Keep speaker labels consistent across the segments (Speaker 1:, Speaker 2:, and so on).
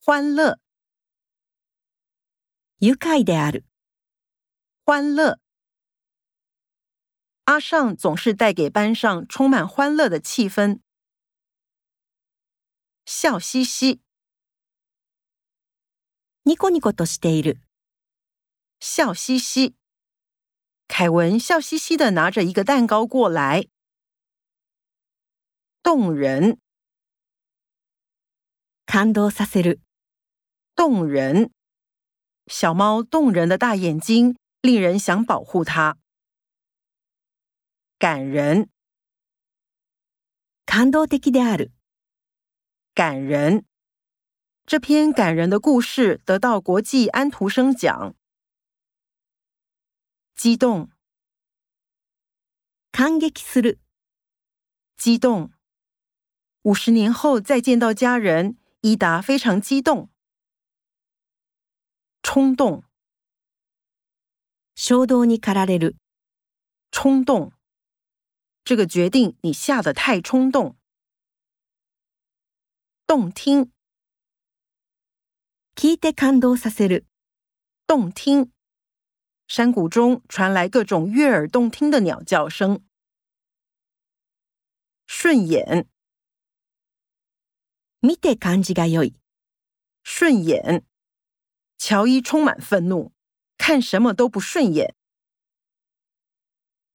Speaker 1: 欢乐。
Speaker 2: 愉快である。
Speaker 1: 欢乐。阿尚总是带给班上充满欢乐的气氛。笑嘻嘻，
Speaker 2: ニコニコとしている。
Speaker 1: 笑嘻嘻。凯文笑嘻嘻的拿着一个蛋糕过来。动人，
Speaker 2: 感動させる。
Speaker 1: 动人。小猫动人的大眼睛，令人想保护它。感人，
Speaker 2: 感動的である。
Speaker 1: 感人。这篇感人的故事得到国际安徒生奖。激动，
Speaker 2: 感激する。
Speaker 1: 激动。五十年后再见到家人，伊达非常激动。冲动，
Speaker 2: 衝動に駆られる。
Speaker 1: 冲动。这个决定你下的太冲动。动听，
Speaker 2: 聞いて感動させる。
Speaker 1: 动听。山谷中传来各种悦耳动听的鸟叫声。顺眼，
Speaker 2: 見て感じが良い。
Speaker 1: 顺眼。乔伊充满愤怒，看什么都不顺眼。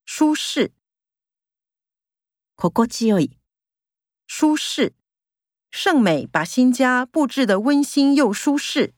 Speaker 1: 舒适，
Speaker 2: 心地よい。
Speaker 1: 舒适。圣美把新家布置的温馨又舒适。